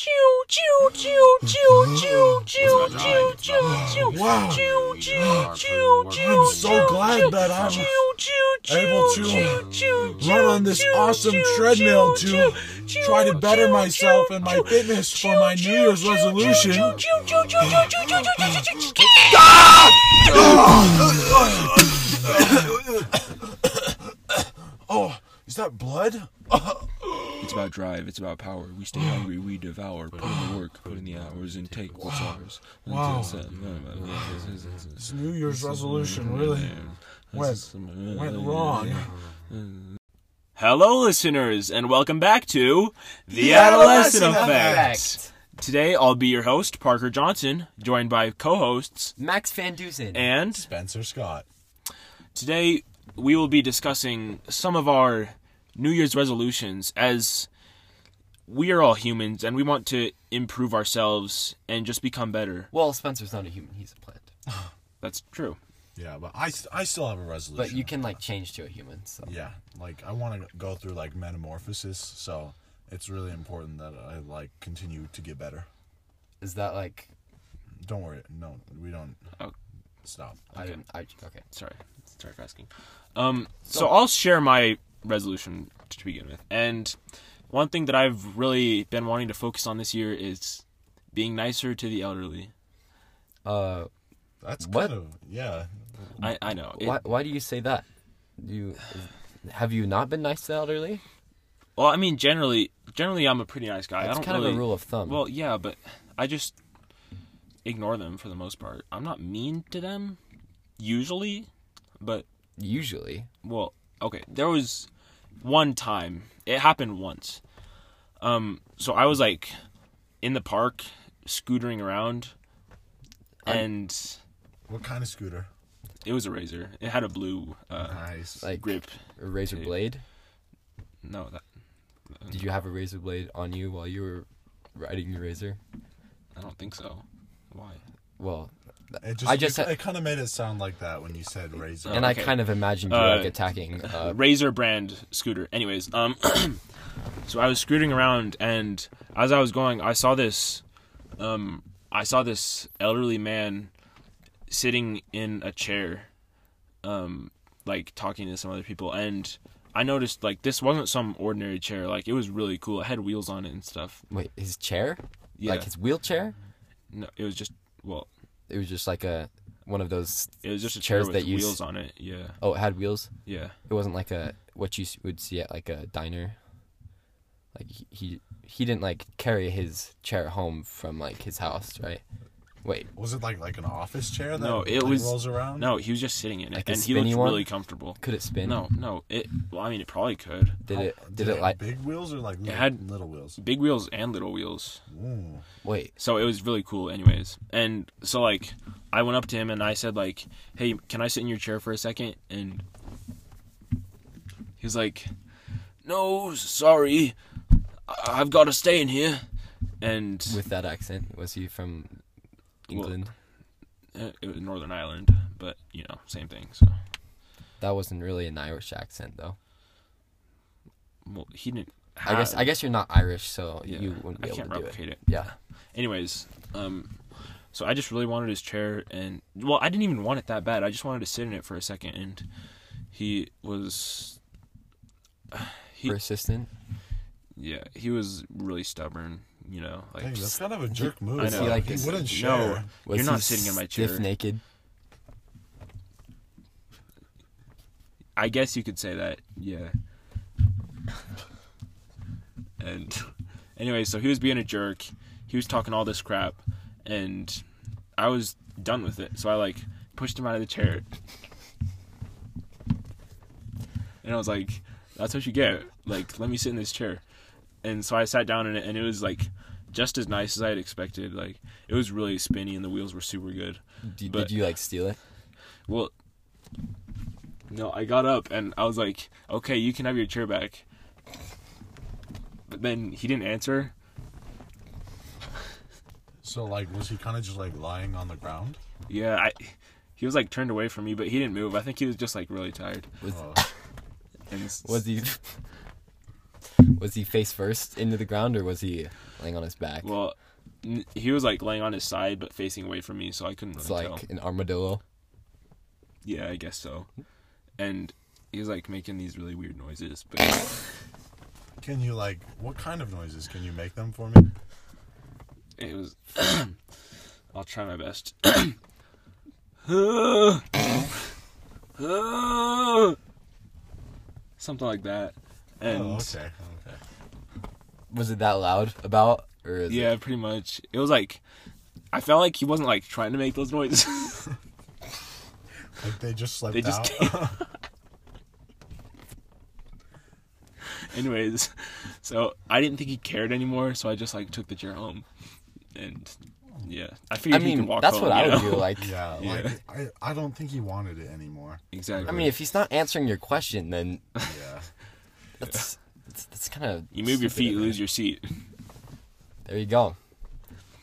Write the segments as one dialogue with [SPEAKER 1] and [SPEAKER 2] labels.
[SPEAKER 1] chew, chew, chew, chew, chew,
[SPEAKER 2] It's my dog. It's my
[SPEAKER 1] chew, chew,
[SPEAKER 2] dog.
[SPEAKER 1] chew,
[SPEAKER 3] Wow.
[SPEAKER 1] chew, chew,
[SPEAKER 2] Yeah,
[SPEAKER 1] chew,
[SPEAKER 2] I'm
[SPEAKER 1] chew.
[SPEAKER 3] so
[SPEAKER 1] chew,
[SPEAKER 3] glad
[SPEAKER 1] chew,
[SPEAKER 3] that I'm
[SPEAKER 1] chew, chew,
[SPEAKER 3] able
[SPEAKER 1] chew,
[SPEAKER 3] to
[SPEAKER 1] chew, chew,
[SPEAKER 3] run
[SPEAKER 1] chew,
[SPEAKER 3] on this
[SPEAKER 1] chew,
[SPEAKER 3] awesome
[SPEAKER 1] chew,
[SPEAKER 3] treadmill
[SPEAKER 1] chew,
[SPEAKER 3] to
[SPEAKER 1] chew,
[SPEAKER 3] try to
[SPEAKER 1] chew,
[SPEAKER 3] better
[SPEAKER 1] chew,
[SPEAKER 3] myself
[SPEAKER 1] chew,
[SPEAKER 3] and my
[SPEAKER 1] chew,
[SPEAKER 3] fitness for
[SPEAKER 1] chew,
[SPEAKER 3] my New
[SPEAKER 1] chew,
[SPEAKER 3] Year's
[SPEAKER 1] chew, chew,
[SPEAKER 3] resolution.
[SPEAKER 1] chew, chew, chew, chew, chew, chew, chew, chew, chew, chew, chew.
[SPEAKER 3] Oh, is that blood?
[SPEAKER 4] It's about drive. It's about power. We stay hungry. We devour. Put in the work. Put in the hours and take what's ours.
[SPEAKER 3] Wow.
[SPEAKER 4] This
[SPEAKER 3] This New Year's resolution really went,
[SPEAKER 5] uh,
[SPEAKER 3] went wrong.
[SPEAKER 2] Hello, listeners, and welcome back to The
[SPEAKER 1] Adolescent
[SPEAKER 2] Adolescent,
[SPEAKER 1] Effect.
[SPEAKER 2] Effect. Today, I'll be your host, Parker Johnson, joined by co hosts,
[SPEAKER 1] Max Van Dusen.
[SPEAKER 2] and
[SPEAKER 3] Spencer Scott.
[SPEAKER 2] today we will be discussing some of our New Year's resolutions as we are all humans and we want to improve ourselves and just become better.
[SPEAKER 1] Well, Spencer's not a human; he's a plant.
[SPEAKER 2] That's true.
[SPEAKER 5] Yeah, but I, I still have a resolution.
[SPEAKER 1] But you can like change to a human. So.
[SPEAKER 5] Yeah, like I want to go through like metamorphosis, so it's really important that I like continue to get better.
[SPEAKER 1] Is that like
[SPEAKER 5] Don't worry, no, we don't.
[SPEAKER 2] Oh.
[SPEAKER 5] Stop.
[SPEAKER 1] I didn't? I okay.
[SPEAKER 2] Sorry. Sorry for asking. Um, so I'll share my resolution to begin with. And one thing that I've really been wanting to focus on this year is being nicer to the elderly.
[SPEAKER 1] Uh,
[SPEAKER 5] That's
[SPEAKER 1] What?
[SPEAKER 5] kind of yeah.
[SPEAKER 2] I, I know. It-
[SPEAKER 1] why why do you say that? Do you is- have you not been nice to the elderly?
[SPEAKER 2] well, I mean, generally, generally, I'm a pretty nice guy. I
[SPEAKER 1] That's
[SPEAKER 2] don't
[SPEAKER 1] kind
[SPEAKER 2] really,
[SPEAKER 1] of a rule of thumb.
[SPEAKER 2] Well, yeah, but I just ignore them for the most part. I'm not mean to them usually, but
[SPEAKER 1] usually.
[SPEAKER 2] well, okay, there was one time. It happened once. Um so I was like in the park scootering around and
[SPEAKER 5] What kind of scooter?
[SPEAKER 2] it was a razor. It had a blue uh
[SPEAKER 5] Nice.
[SPEAKER 1] Like
[SPEAKER 2] grip.
[SPEAKER 1] a razor
[SPEAKER 2] Tape.
[SPEAKER 1] blade.
[SPEAKER 2] No, that
[SPEAKER 1] Did you have a razor blade on you while you were riding your razor?
[SPEAKER 2] I don't think so. Why?
[SPEAKER 1] Well,
[SPEAKER 5] It just,
[SPEAKER 1] I just
[SPEAKER 5] you-
[SPEAKER 1] had-
[SPEAKER 5] it kind of made it sound like that when you said razor.
[SPEAKER 1] and
[SPEAKER 2] okay.
[SPEAKER 1] I kind of imagined you
[SPEAKER 2] Uh,
[SPEAKER 1] like attacking. Oh, Uh,
[SPEAKER 2] Razor brand scooter. Anyways, um, so I was scooting around, and as I was going, I saw this, um, I saw this elderly man sitting in a chair, um, like talking to some other people, and I noticed like this wasn't some ordinary chair. Like it was really cool. It had wheels on it and stuff.
[SPEAKER 1] wait, his chair?
[SPEAKER 2] Yeah.
[SPEAKER 1] Like his wheelchair?
[SPEAKER 2] No, it was just well,
[SPEAKER 1] It was just like a one of those.
[SPEAKER 2] it was just a chair
[SPEAKER 1] Chairs
[SPEAKER 2] with
[SPEAKER 1] that you
[SPEAKER 2] wheels
[SPEAKER 1] s-
[SPEAKER 2] on it. Yeah,
[SPEAKER 1] Oh, it had wheels.
[SPEAKER 2] yeah.
[SPEAKER 1] It wasn't like a what you s- would see at like a diner. Like he he, he didn't like carry his chair home from like his house, right? Wait,
[SPEAKER 5] Was it like like an office chair that
[SPEAKER 2] No, it
[SPEAKER 5] like,
[SPEAKER 2] was-
[SPEAKER 5] rolls around?
[SPEAKER 2] No, he was just sitting in it,
[SPEAKER 1] Like a
[SPEAKER 2] and he looked
[SPEAKER 1] spinny one?
[SPEAKER 2] really comfortable.
[SPEAKER 1] could it spin?
[SPEAKER 2] No, no. It. Well, I mean, it probably could.
[SPEAKER 1] Did it? Did,
[SPEAKER 5] Did
[SPEAKER 1] it,
[SPEAKER 5] it
[SPEAKER 1] like?
[SPEAKER 5] big wheels or like little,
[SPEAKER 2] had-
[SPEAKER 5] little wheels?
[SPEAKER 2] big wheels and little wheels.
[SPEAKER 5] Ooh.
[SPEAKER 1] Wait.
[SPEAKER 2] So it was really cool anyways. And so like I went up to him and I said like, "Hey, can I sit in your chair for a second? And he was like, "No, sorry. I- I've got to stay in here." And
[SPEAKER 1] with that accent? Was he from
[SPEAKER 2] Well-
[SPEAKER 1] England?
[SPEAKER 2] uh, it was Northern Ireland, but you know, same thing. So
[SPEAKER 1] that wasn't really an Irish accent though.
[SPEAKER 2] well, he didn't
[SPEAKER 1] I guess
[SPEAKER 2] have-
[SPEAKER 1] I guess you're not Irish, so
[SPEAKER 2] Yeah,
[SPEAKER 1] you wouldn't be
[SPEAKER 2] I
[SPEAKER 1] able
[SPEAKER 2] can't
[SPEAKER 1] to do it.
[SPEAKER 2] replicate it.
[SPEAKER 1] Yeah.
[SPEAKER 2] anyways, um, so I just really wanted his chair, and well, I didn't even want it that bad. I just wanted to sit in it for a second, and he was, he
[SPEAKER 1] Persistent.
[SPEAKER 2] yeah, he was really stubborn. You know, like
[SPEAKER 5] Dang, that's kind of a jerk move.
[SPEAKER 2] I know.
[SPEAKER 5] He,
[SPEAKER 1] Like
[SPEAKER 5] he
[SPEAKER 1] this-
[SPEAKER 5] wouldn't
[SPEAKER 2] no,
[SPEAKER 5] share.
[SPEAKER 1] Was
[SPEAKER 2] you're
[SPEAKER 1] he
[SPEAKER 2] not sitting in my chair.
[SPEAKER 1] Stiff naked.
[SPEAKER 2] I guess you could say that, yeah. and anyway, so he was being a jerk. He was talking all this crap, and I was done with it. So I like pushed him out of the chair, and I was like, "That's what you get. Like, let me sit in this chair." And so I sat down in it, and it was like just as nice as I had expected. Like, it was really spinny, and the wheels were super good.
[SPEAKER 1] Did,
[SPEAKER 2] But-
[SPEAKER 1] did you like steal it?
[SPEAKER 2] Well, no, I got up and I was like, okay, you can have your chair back. But then he didn't answer.
[SPEAKER 5] So like, was he kind of just like lying on the ground?
[SPEAKER 2] Yeah, I, he was like turned away from me, but he didn't move. I think he was just like really tired.
[SPEAKER 1] Was
[SPEAKER 5] Oh.
[SPEAKER 2] And s-
[SPEAKER 1] was he was he face first into the ground or was he laying on his back?
[SPEAKER 2] Well, n- he was like laying on his side but facing away from me, so I couldn't
[SPEAKER 1] It's
[SPEAKER 2] really
[SPEAKER 1] like
[SPEAKER 2] tell.
[SPEAKER 1] an armadillo.
[SPEAKER 2] Yeah, I guess so. And he was like making these really weird noises, but
[SPEAKER 5] Can you like what kind of noises can you make them for me?
[SPEAKER 2] it was. I'll try my best. Something like that, and
[SPEAKER 5] Oh, okay, okay.
[SPEAKER 1] Was it that loud about? Or is
[SPEAKER 2] yeah, pretty much. It was like I felt like he wasn't like trying to make those noises.
[SPEAKER 5] Like they just slept
[SPEAKER 2] They just
[SPEAKER 5] out.
[SPEAKER 2] Anyways, so I didn't think he cared anymore, so I just like took the chair home, and yeah, I
[SPEAKER 1] It, I
[SPEAKER 2] figured he
[SPEAKER 1] mean,
[SPEAKER 2] could walk
[SPEAKER 1] that's
[SPEAKER 2] home,
[SPEAKER 1] what I
[SPEAKER 2] you
[SPEAKER 1] would
[SPEAKER 2] know?
[SPEAKER 1] do. Like,
[SPEAKER 5] yeah,
[SPEAKER 2] Yeah.
[SPEAKER 5] like I, I don't think he wanted it anymore.
[SPEAKER 2] Exactly.
[SPEAKER 1] I mean, if he's not answering your question, then
[SPEAKER 5] Yeah.
[SPEAKER 1] that's that's, that's kind of
[SPEAKER 2] you move your feet, you lose your seat.
[SPEAKER 1] There you go.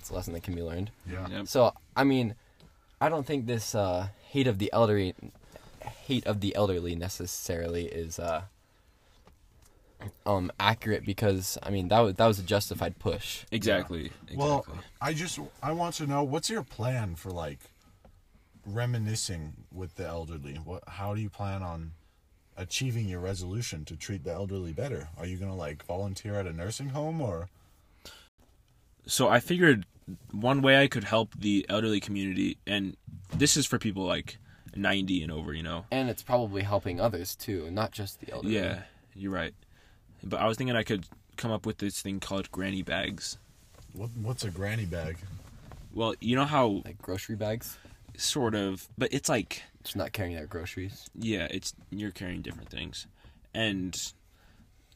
[SPEAKER 1] It's a lesson that can be learned.
[SPEAKER 5] Yeah.
[SPEAKER 2] Yep.
[SPEAKER 1] So I mean, I don't think this uh, hate of the elderly, hate of the elderly necessarily is uh, um accurate because I mean that was that was a justified push.
[SPEAKER 2] Exactly. Exactly.
[SPEAKER 5] Well, I just I want to know what's your plan for like reminiscing with the elderly? What how do you plan on achieving your resolution to treat the elderly better? Are you going to like volunteer at a nursing home or
[SPEAKER 2] so I figured one way I could help the elderly community, and this is for people like ninety and over, you know.
[SPEAKER 1] And it's probably helping others too, not just the elderly.
[SPEAKER 2] Yeah, you're right. But I was thinking I could come up with this thing called granny bags.
[SPEAKER 5] what what's a granny bag?
[SPEAKER 2] Well, you know how
[SPEAKER 1] Like grocery bags,
[SPEAKER 2] sort of, but it's like
[SPEAKER 1] just not carrying their groceries.
[SPEAKER 2] yeah, it's you're carrying different things, and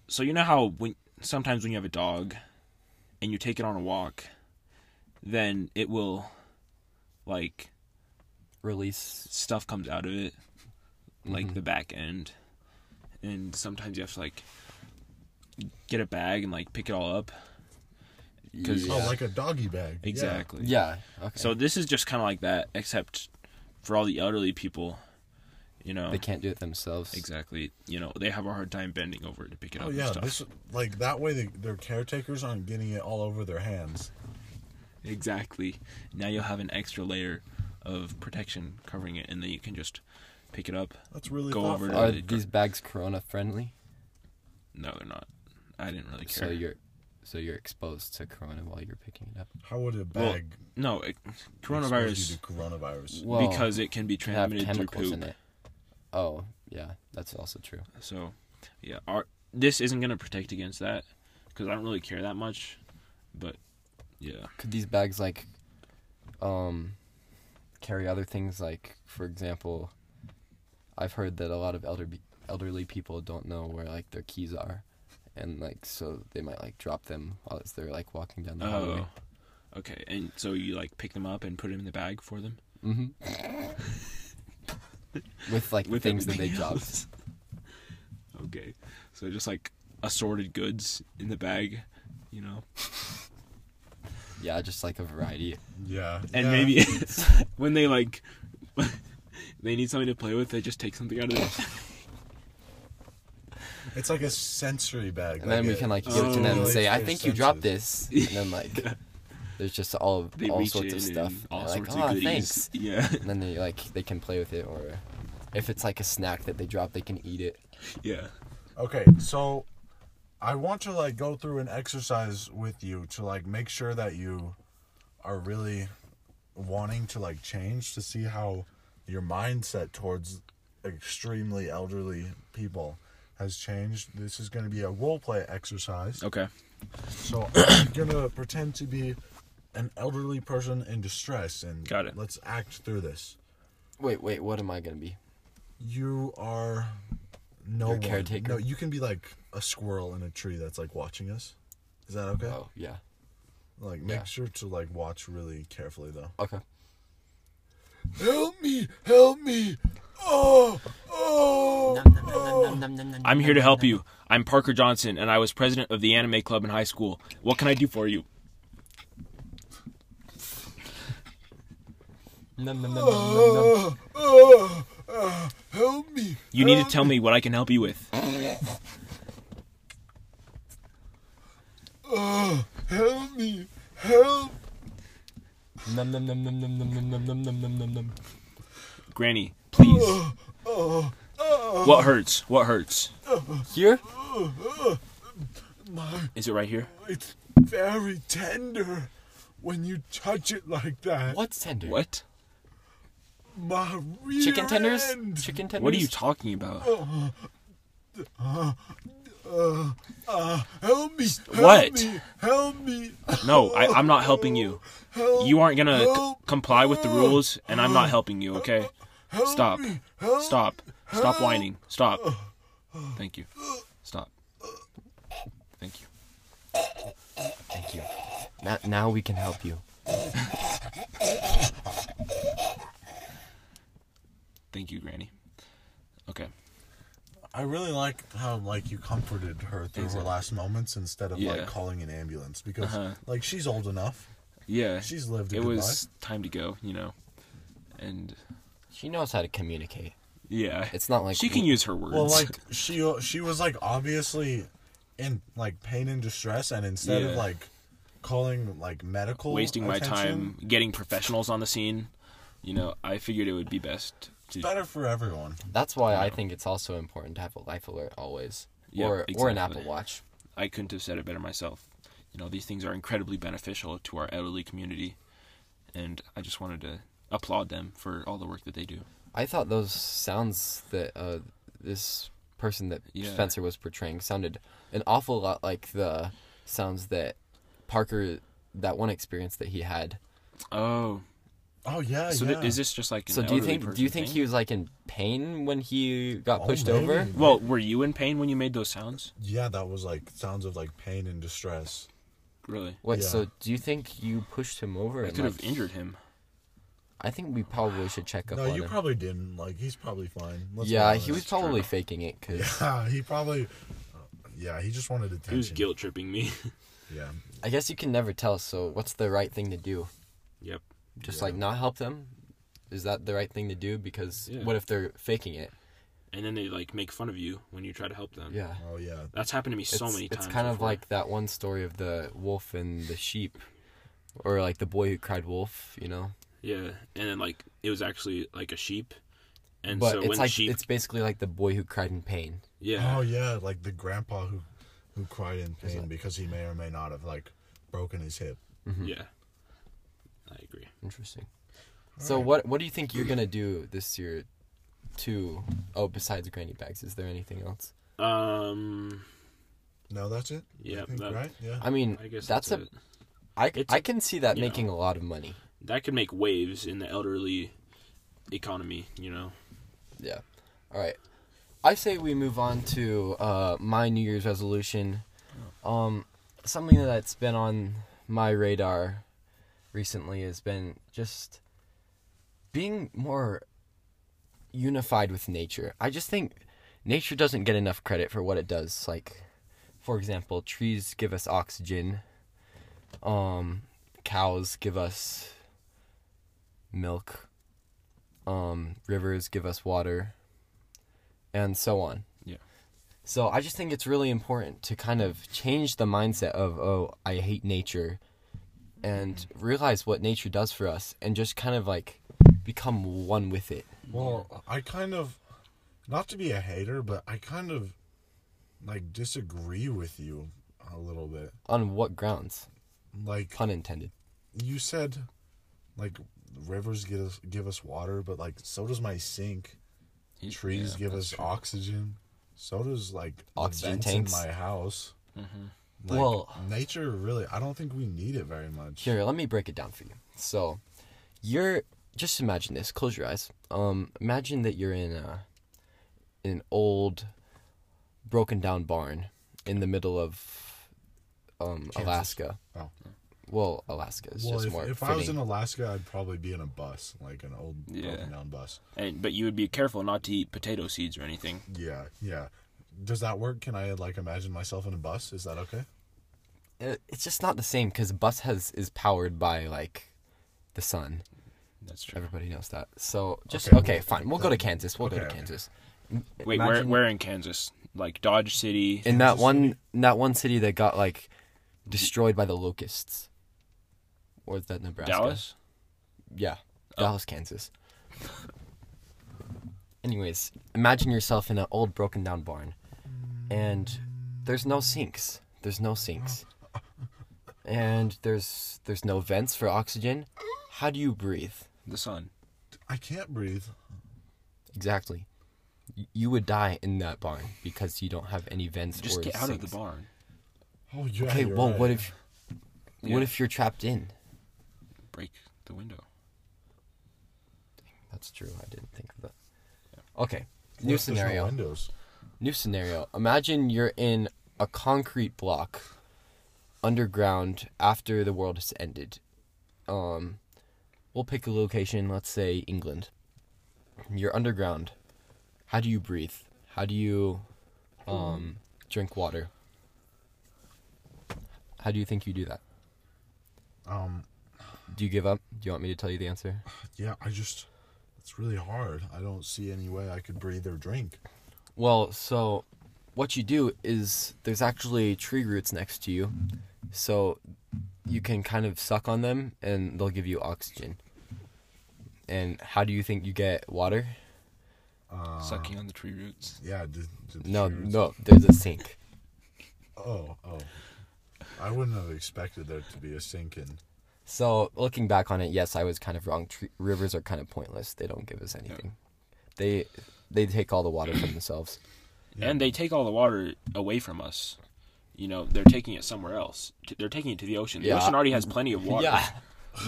[SPEAKER 2] so you know how when sometimes when you have a dog, and you take it on a walk, then it will, like
[SPEAKER 1] Release.
[SPEAKER 2] stuff comes out of it,
[SPEAKER 1] Mm-hmm.
[SPEAKER 2] like the back end, and sometimes you have to like get a bag and like pick it all up. 'Cause-
[SPEAKER 1] yeah.
[SPEAKER 5] Oh, like a doggy bag. Yeah.
[SPEAKER 2] Exactly.
[SPEAKER 1] yeah. Okay.
[SPEAKER 2] So this is just kind of like that, except for all the elderly people, you know.
[SPEAKER 1] they can't do it themselves.
[SPEAKER 2] Exactly. You know, they have a hard time bending over to pick it up
[SPEAKER 5] Oh
[SPEAKER 2] and
[SPEAKER 5] yeah,
[SPEAKER 2] stuff.
[SPEAKER 5] this like that way they, their caretakers aren't getting it all over their hands.
[SPEAKER 2] Exactly. Now you'll have an extra layer of protection covering it, and then you can just pick it up.
[SPEAKER 1] Uh,
[SPEAKER 5] That's really
[SPEAKER 2] Go over
[SPEAKER 5] thoughtful.
[SPEAKER 1] Are
[SPEAKER 2] Yeah.
[SPEAKER 1] these bags corona friendly?
[SPEAKER 2] No, they're not. I didn't really care.
[SPEAKER 1] So you're, so you're exposed to corona while you're picking it up.
[SPEAKER 5] How would a
[SPEAKER 2] Well,
[SPEAKER 5] bag
[SPEAKER 2] no, it,
[SPEAKER 5] expose you
[SPEAKER 2] coronavirus
[SPEAKER 5] to coronavirus?
[SPEAKER 1] Well,
[SPEAKER 2] because it can be
[SPEAKER 1] They have
[SPEAKER 2] transmitted through
[SPEAKER 1] chemicals
[SPEAKER 2] poop.
[SPEAKER 1] in it. Oh, yeah, that's also true.
[SPEAKER 2] So, yeah, our, this isn't gonna protect against that because I don't really care that much. But yeah,
[SPEAKER 1] Could these bags like um carry other things like for example, I've heard that a lot of elder elderly people don't know where like their keys are and like so they might like drop them while it's- they're like walking down the highway.
[SPEAKER 2] oh, okay. And so you like pick them up and put them in the bag for them
[SPEAKER 1] Mhm. With like the things that they
[SPEAKER 2] everything
[SPEAKER 1] dropped.
[SPEAKER 2] else. okay, so just like assorted goods in the bag, you know.
[SPEAKER 1] Yeah, just like a variety.
[SPEAKER 5] Yeah.
[SPEAKER 2] and
[SPEAKER 5] yeah.
[SPEAKER 2] maybe when they like they need something to play with, they just take something out of it.
[SPEAKER 5] it's like a sensory bag.
[SPEAKER 1] And then we can like
[SPEAKER 2] Oh.
[SPEAKER 1] give it to them and say, "I think you dropped this," and then like there's just all of
[SPEAKER 2] They
[SPEAKER 1] all
[SPEAKER 2] reach
[SPEAKER 1] sorts of
[SPEAKER 2] in
[SPEAKER 1] stuff.
[SPEAKER 2] and
[SPEAKER 1] And
[SPEAKER 2] all
[SPEAKER 1] they're
[SPEAKER 2] sorts
[SPEAKER 1] like,
[SPEAKER 2] of
[SPEAKER 1] "Ah,
[SPEAKER 2] goodies.
[SPEAKER 1] thanks."
[SPEAKER 2] Yeah,
[SPEAKER 1] And then they like they can play with it, or if it's like a snack that they drop, they can eat it.
[SPEAKER 2] yeah.
[SPEAKER 5] Okay, so I want to like go through an exercise with you to like make sure that you are really wanting to like change to see how your mindset towards extremely elderly people has changed. This is going to be a role play exercise.
[SPEAKER 2] Okay.
[SPEAKER 5] So I'm gonna pretend to be an elderly person in distress, and
[SPEAKER 2] Got it.
[SPEAKER 5] Let's act through this.
[SPEAKER 1] Wait, wait, what am I gonna be?
[SPEAKER 5] You are no
[SPEAKER 1] You're a
[SPEAKER 5] one.
[SPEAKER 1] caretaker?
[SPEAKER 5] No, you can be like a squirrel in a tree that's like watching us. Is that okay?
[SPEAKER 1] Oh yeah,
[SPEAKER 5] like, make
[SPEAKER 1] yeah.
[SPEAKER 5] sure to like watch really carefully though.
[SPEAKER 1] okay.
[SPEAKER 5] Help me! Help me! Oh! Oh! oh.
[SPEAKER 2] I'm here to help you. I'm Parker Johnson, and I was president of the anime club in high school. What can I do for you?
[SPEAKER 1] Nom, nom, nom, nom, nom, nom.
[SPEAKER 5] Oh, oh, help me!
[SPEAKER 2] You need to tell me what I can help you with.
[SPEAKER 5] Oh, help me! Help
[SPEAKER 1] Num num num num num num num num num num num num num.
[SPEAKER 2] Granny, please. what hurts? What hurts?
[SPEAKER 1] Here?
[SPEAKER 2] Is it right here?
[SPEAKER 5] It's very tender when you touch it like that.
[SPEAKER 1] What's tender?
[SPEAKER 2] What?
[SPEAKER 5] My rear
[SPEAKER 1] Chicken tenders?
[SPEAKER 5] end.
[SPEAKER 1] Chicken tenders?
[SPEAKER 2] What are you talking about?
[SPEAKER 5] Help me. Help
[SPEAKER 2] What?
[SPEAKER 5] Me, help me.
[SPEAKER 2] No, I, I'm not helping you.
[SPEAKER 5] Help,
[SPEAKER 2] You aren't gonna c-
[SPEAKER 5] help,
[SPEAKER 2] comply with the rules, and I'm not helping you. Okay?
[SPEAKER 5] help
[SPEAKER 2] Stop.
[SPEAKER 5] me, help.
[SPEAKER 2] Stop. Stop whining. Stop. Thank you. Stop. Thank you.
[SPEAKER 1] Thank you. Now, now we can help you.
[SPEAKER 2] Thank you, Granny. Okay.
[SPEAKER 5] I really like how like you comforted her through her last moments instead of
[SPEAKER 2] Yeah.
[SPEAKER 5] like calling an ambulance because
[SPEAKER 2] Uh-huh.
[SPEAKER 5] like she's old enough.
[SPEAKER 2] Yeah.
[SPEAKER 5] She's lived a
[SPEAKER 2] It
[SPEAKER 5] good
[SPEAKER 2] was time to go. You know. And
[SPEAKER 1] She knows how to communicate.
[SPEAKER 2] yeah,
[SPEAKER 1] It's not like
[SPEAKER 2] she can use her words.
[SPEAKER 5] Well, like she she was like obviously in like pain and distress, and instead of
[SPEAKER 2] Yeah.
[SPEAKER 5] like calling like medical
[SPEAKER 2] wasting my
[SPEAKER 5] attention,
[SPEAKER 2] time getting professionals on the scene. You know, I figured it would be best to
[SPEAKER 5] better for everyone.
[SPEAKER 1] That's why I think it's also important to have a life alert always,
[SPEAKER 2] Yeah,
[SPEAKER 1] or or
[SPEAKER 2] exactly.
[SPEAKER 1] an Apple Watch.
[SPEAKER 2] I couldn't have said it better myself. You know, these things are incredibly beneficial to our elderly community, and I just wanted to applaud them for all the work that they do.
[SPEAKER 1] I thought those sounds that uh, this person that
[SPEAKER 2] Yeah.
[SPEAKER 1] Spencer was portraying sounded an awful lot like the sounds that Parker that one experience that he had.
[SPEAKER 2] Oh,
[SPEAKER 5] Oh yeah,
[SPEAKER 2] so
[SPEAKER 5] yeah.
[SPEAKER 2] th- is this just like an
[SPEAKER 1] So do you
[SPEAKER 2] elderly
[SPEAKER 1] think do
[SPEAKER 2] person eh?
[SPEAKER 1] you think
[SPEAKER 2] thing?
[SPEAKER 1] he was like in pain when he got
[SPEAKER 5] Oh,
[SPEAKER 1] pushed
[SPEAKER 5] maybe.
[SPEAKER 1] over?
[SPEAKER 2] Well, were you in pain when you made those sounds?
[SPEAKER 5] yeah, that was like sounds of like pain and distress.
[SPEAKER 2] Really?
[SPEAKER 1] Wait,
[SPEAKER 5] Yeah.
[SPEAKER 1] so do you think you pushed him over?
[SPEAKER 2] I
[SPEAKER 1] and,
[SPEAKER 2] could have
[SPEAKER 1] like-
[SPEAKER 2] injured him.
[SPEAKER 1] I think we probably should check up
[SPEAKER 5] No,
[SPEAKER 1] on
[SPEAKER 5] you
[SPEAKER 1] him.
[SPEAKER 5] probably didn't. Like he's probably fine. Let's
[SPEAKER 1] yeah,
[SPEAKER 5] be
[SPEAKER 1] he was
[SPEAKER 5] honest.
[SPEAKER 1] probably faking it because
[SPEAKER 5] Yeah, he probably. uh, Yeah, he just wanted attention.
[SPEAKER 2] He was guilt tripping me.
[SPEAKER 5] Yeah,
[SPEAKER 1] I guess you can never tell. So what's the right thing to do?
[SPEAKER 2] yep.
[SPEAKER 1] Just like not help them? Is that the right thing to do? Because
[SPEAKER 2] Yeah.
[SPEAKER 1] what if they're faking it?
[SPEAKER 2] And then they like make fun of you when you try to help them.
[SPEAKER 1] Yeah.
[SPEAKER 5] oh yeah.
[SPEAKER 2] That's happened to me so
[SPEAKER 1] it's,
[SPEAKER 2] many
[SPEAKER 1] it's
[SPEAKER 2] times.
[SPEAKER 1] kind of
[SPEAKER 2] before.
[SPEAKER 1] like that one story of the wolf and the sheep, or like the boy who cried wolf. You know,
[SPEAKER 2] yeah, and then like it was actually like a sheep, and
[SPEAKER 1] but
[SPEAKER 2] so
[SPEAKER 1] it's
[SPEAKER 2] when
[SPEAKER 1] like
[SPEAKER 2] sheep
[SPEAKER 1] it's basically like the boy who cried in pain.
[SPEAKER 2] yeah
[SPEAKER 5] Oh yeah, like the grandpa who, who cried in pain because he may or may not have like broken his hip.
[SPEAKER 2] yeah,
[SPEAKER 1] mm-hmm.
[SPEAKER 2] I agree.
[SPEAKER 1] Interesting. So what what do you think you're gonna do this year? To oh, besides granny bags, is there anything else?
[SPEAKER 2] Um,
[SPEAKER 5] No, that's it. I
[SPEAKER 2] Yeah,
[SPEAKER 5] think,
[SPEAKER 2] that-
[SPEAKER 5] right. Yeah.
[SPEAKER 1] I mean,
[SPEAKER 2] I guess
[SPEAKER 1] that's,
[SPEAKER 2] that's,
[SPEAKER 1] a
[SPEAKER 2] it.
[SPEAKER 1] I
[SPEAKER 2] It's
[SPEAKER 1] I
[SPEAKER 2] a-
[SPEAKER 1] can see that
[SPEAKER 2] you know.
[SPEAKER 1] making a lot of money.
[SPEAKER 2] that could make waves in the elderly economy. You know,
[SPEAKER 1] Yeah. All right. I say we move on to uh, my New Year's resolution. Um, something that's been on my radar recently has been just being more unified with nature. I just think nature doesn't get enough credit for what it does. Like, for example, trees give us oxygen. Um, cows give us milk. Um, rivers give us water, and so on.
[SPEAKER 2] Yeah.
[SPEAKER 1] So I just think it's really important to kind of change the mindset of oh I hate nature, and realize what nature does for us, and just kind of like become one with it.
[SPEAKER 5] Well, I kind of, not to be a hater, but I kind of, like disagree with you a little bit.
[SPEAKER 1] On what grounds?
[SPEAKER 5] Like
[SPEAKER 1] Pun intended.
[SPEAKER 5] you said, like rivers give us give us water, but like so does my sink.
[SPEAKER 2] He-
[SPEAKER 5] Trees
[SPEAKER 2] yeah,
[SPEAKER 5] give us oxygen. So does like the
[SPEAKER 1] Oxygen
[SPEAKER 5] vents
[SPEAKER 1] tanks? Mm-hmm.
[SPEAKER 5] in my house. Like,
[SPEAKER 1] Well-
[SPEAKER 5] nature really. I don't think we need it very much.
[SPEAKER 1] Here, let me break it down for you. So, you're just imagine this. Close your eyes. Um, imagine that you're in a in an old, broken down barn in the middle of um Alaska.
[SPEAKER 5] Oh.
[SPEAKER 1] Well, Alaska is
[SPEAKER 5] Well,
[SPEAKER 1] just
[SPEAKER 5] if,
[SPEAKER 1] more.
[SPEAKER 5] if
[SPEAKER 1] fitting.
[SPEAKER 5] I was in Alaska, I'd probably be in a bus, like an old
[SPEAKER 2] Yeah.
[SPEAKER 5] broken down bus.
[SPEAKER 2] and but you would be careful not to eat potato seeds or anything.
[SPEAKER 5] Yeah, yeah. Does that work? Can I like imagine myself in a bus? Is that okay?
[SPEAKER 1] It- Uh, it's just not the same because bus has is powered by like the sun.
[SPEAKER 2] That's true.
[SPEAKER 1] Everybody knows that. So just
[SPEAKER 5] Okay,
[SPEAKER 1] okay,
[SPEAKER 5] well,
[SPEAKER 1] fine. We'll go to Kansas. We'll go to
[SPEAKER 5] okay.
[SPEAKER 1] Kansas.
[SPEAKER 2] Wait, where
[SPEAKER 1] Imagine-
[SPEAKER 2] where in Kansas? Like Dodge City.
[SPEAKER 1] in that one in that one city that got like destroyed by the locusts. Or is that Nebraska?
[SPEAKER 2] Dallas?
[SPEAKER 1] yeah,
[SPEAKER 4] Oh.
[SPEAKER 1] Dallas, Kansas. Anyways, imagine yourself in an old broken down barn, and there's no sinks. There's no sinks, and there's there's no vents for oxygen. How do you breathe?
[SPEAKER 4] The sun.
[SPEAKER 5] I can't breathe.
[SPEAKER 1] Exactly. Y- You would die in that barn because you don't have any vents
[SPEAKER 4] Just
[SPEAKER 1] or
[SPEAKER 4] get out of the
[SPEAKER 1] sinks.
[SPEAKER 4] barn.
[SPEAKER 5] Oh yeah.
[SPEAKER 1] Okay,
[SPEAKER 5] you're
[SPEAKER 1] well,
[SPEAKER 5] right.
[SPEAKER 1] what if
[SPEAKER 4] Yeah.
[SPEAKER 1] what if you're trapped in?
[SPEAKER 4] Break the window.
[SPEAKER 1] That's true. I didn't think of that. Okay.
[SPEAKER 5] What
[SPEAKER 1] New
[SPEAKER 5] if there's no
[SPEAKER 1] scenario.
[SPEAKER 5] windows.
[SPEAKER 1] New scenario. Imagine you're in a concrete block underground after the world has ended. Um we'll pick a location, let's say England. You're underground. How do you breathe? How do you um drink water? How do you think you do that?
[SPEAKER 5] Um.
[SPEAKER 1] Do you give up? Do you want me to tell you the answer?
[SPEAKER 5] Yeah. I just. It's really hard. I don't see any way I could breathe or drink.
[SPEAKER 1] Well, so what you do is there's actually tree roots next to you, so you can kind of suck on them and they'll give you oxygen. And how do you think you get water?
[SPEAKER 5] Uh,
[SPEAKER 1] Ah.
[SPEAKER 4] Sucking on the tree roots.
[SPEAKER 5] Yeah. Did, did the
[SPEAKER 1] No,
[SPEAKER 5] tree roots-
[SPEAKER 1] no, there's a sink.
[SPEAKER 5] Oh. Oh. I wouldn't have expected there to be a sink in.
[SPEAKER 1] So looking back on it, yes, I was kind of wrong. Tree, rivers are kind of pointless. They don't give us anything. They they take all the water from themselves.
[SPEAKER 2] And they take all the water away from us. You know, they're taking it somewhere else. T- They're taking it to the ocean. The
[SPEAKER 1] Yeah.
[SPEAKER 2] ocean already has plenty of water.
[SPEAKER 1] Yeah.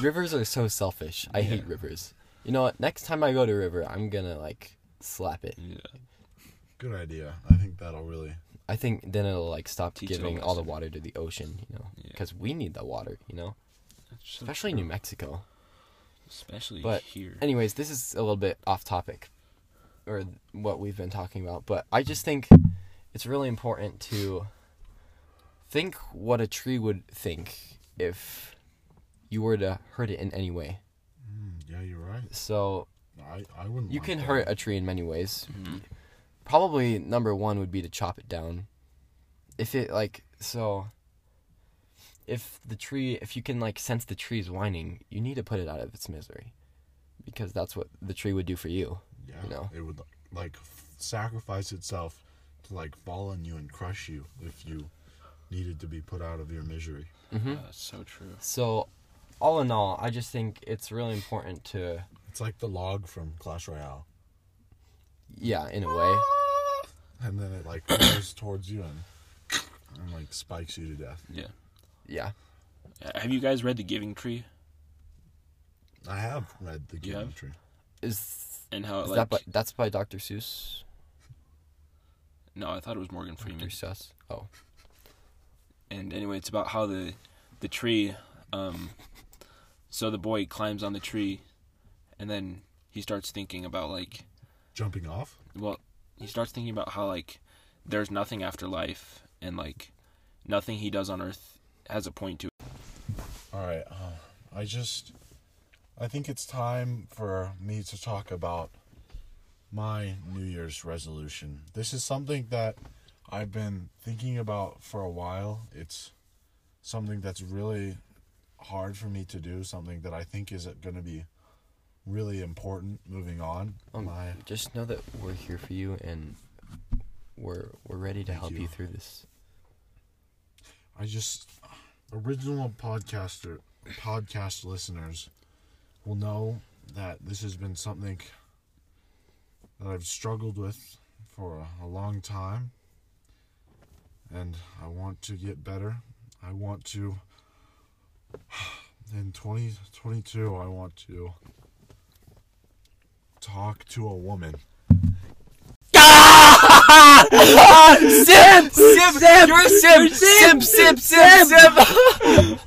[SPEAKER 1] rivers are so selfish. I hate rivers. You know what? Next time I go to a river, I'm gonna like slap it.
[SPEAKER 4] Yeah.
[SPEAKER 5] Good idea. I think that'll really.
[SPEAKER 1] I think then it'll like stop
[SPEAKER 4] Teach it
[SPEAKER 1] giving
[SPEAKER 4] a
[SPEAKER 1] all the
[SPEAKER 4] lesson.
[SPEAKER 1] water to the ocean, you know,
[SPEAKER 4] Yeah.
[SPEAKER 1] because we need the water, you know,
[SPEAKER 4] So
[SPEAKER 1] especially New Mexico.
[SPEAKER 4] Especially
[SPEAKER 1] But
[SPEAKER 4] here.
[SPEAKER 1] anyways, this is a little bit off topic, or what we've been talking about. But I just think it's really important to think what a tree would think if you were to hurt it in any way.
[SPEAKER 5] Mm, yeah, you're right.
[SPEAKER 1] So
[SPEAKER 5] I, I wouldn't.
[SPEAKER 1] you
[SPEAKER 5] want
[SPEAKER 1] can
[SPEAKER 5] that.
[SPEAKER 1] hurt a tree in many ways. Probably number one would be to chop it down. If it like so, if the tree, if you can like sense the tree's whining, you need to put it out of its misery, because that's what the tree would do for you.
[SPEAKER 5] Yeah,
[SPEAKER 1] you know.
[SPEAKER 5] it would like f- sacrifice itself to like fall on you and crush you if you needed to be put out of your misery.
[SPEAKER 1] mm-hmm.
[SPEAKER 4] Yeah, that's so true.
[SPEAKER 1] So, all in all, I just think it's really important to,
[SPEAKER 5] It's like the log from Clash Royale,
[SPEAKER 1] yeah, in a way,
[SPEAKER 5] and then it like goes towards you and and like spikes you to death.
[SPEAKER 4] Yeah.
[SPEAKER 1] yeah.
[SPEAKER 2] Have you guys read The Giving Tree?
[SPEAKER 5] I have read the
[SPEAKER 4] You have?
[SPEAKER 5] Giving Tree.
[SPEAKER 1] Is,
[SPEAKER 4] And how it
[SPEAKER 1] is
[SPEAKER 4] like
[SPEAKER 1] that by, that's by Dr. Seuss?
[SPEAKER 4] No, I thought it was Morgan
[SPEAKER 1] Dr.
[SPEAKER 4] Freeman.
[SPEAKER 1] Seuss. Oh,
[SPEAKER 4] And anyway, it's about how the the tree um so the boy climbs on the tree and then he starts thinking about like
[SPEAKER 5] Jumping off.
[SPEAKER 4] well, he starts thinking about how like there's nothing after life and like nothing he does on earth has a point to it.
[SPEAKER 5] All right. Uh, I just, I think it's time for me to talk about my New Year's resolution. This is something that I've been thinking about for a while. It's something that's really hard for me to do, something that I think is going to be really important moving on.
[SPEAKER 1] Um,
[SPEAKER 5] my,
[SPEAKER 1] just know that we're here for you and we're we're ready to
[SPEAKER 5] Thank
[SPEAKER 1] help you.
[SPEAKER 5] you.
[SPEAKER 1] through this.
[SPEAKER 5] I just original podcaster podcast listeners will know that this has been something that I've struggled with for a, a long time and I want to get better. I want to in 2022 I want to talk to a woman.
[SPEAKER 1] Sip, sip, sip, you're sip, sip, sip, sip, sip.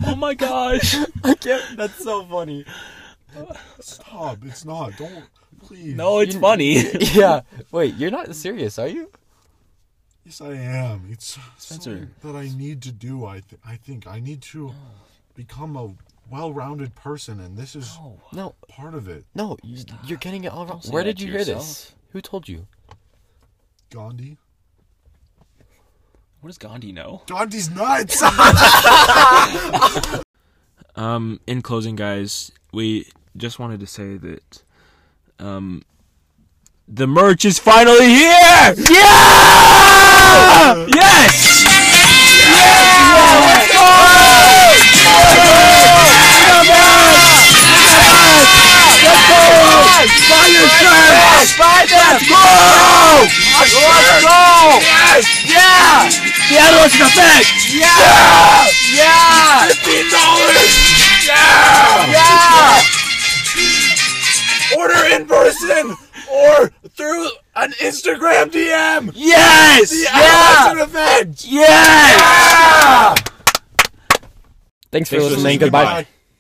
[SPEAKER 4] Oh my gosh.
[SPEAKER 1] That's so funny.
[SPEAKER 5] Stop, it's not. Don't please.
[SPEAKER 4] it's funny.
[SPEAKER 1] Yeah. Wait, you're not serious, are you?
[SPEAKER 5] Yes, I am. It's
[SPEAKER 4] Spencer.
[SPEAKER 5] something that I need to do. I th- I think I need to become a well-rounded person, and this is
[SPEAKER 1] No,
[SPEAKER 5] part of it.
[SPEAKER 1] no, you, you're getting it all wrong.
[SPEAKER 4] Don't say
[SPEAKER 1] Where
[SPEAKER 4] that
[SPEAKER 1] did
[SPEAKER 4] to
[SPEAKER 1] you hear this?
[SPEAKER 4] yourself.
[SPEAKER 1] Who told you?
[SPEAKER 5] Gandhi.
[SPEAKER 4] What does Gandhi know?
[SPEAKER 5] Gandhi's nuts.
[SPEAKER 2] Um, in closing, guys, we just wanted to say that um, the merch is finally here! Yeah! Yes!
[SPEAKER 3] Order in person or through an Instagram DM.
[SPEAKER 2] Yes!
[SPEAKER 3] Yeah. Event.
[SPEAKER 2] Yes!
[SPEAKER 6] Thanks for
[SPEAKER 2] Thanks for
[SPEAKER 6] listening.
[SPEAKER 2] listening.
[SPEAKER 6] Goodbye.
[SPEAKER 3] Goodbye.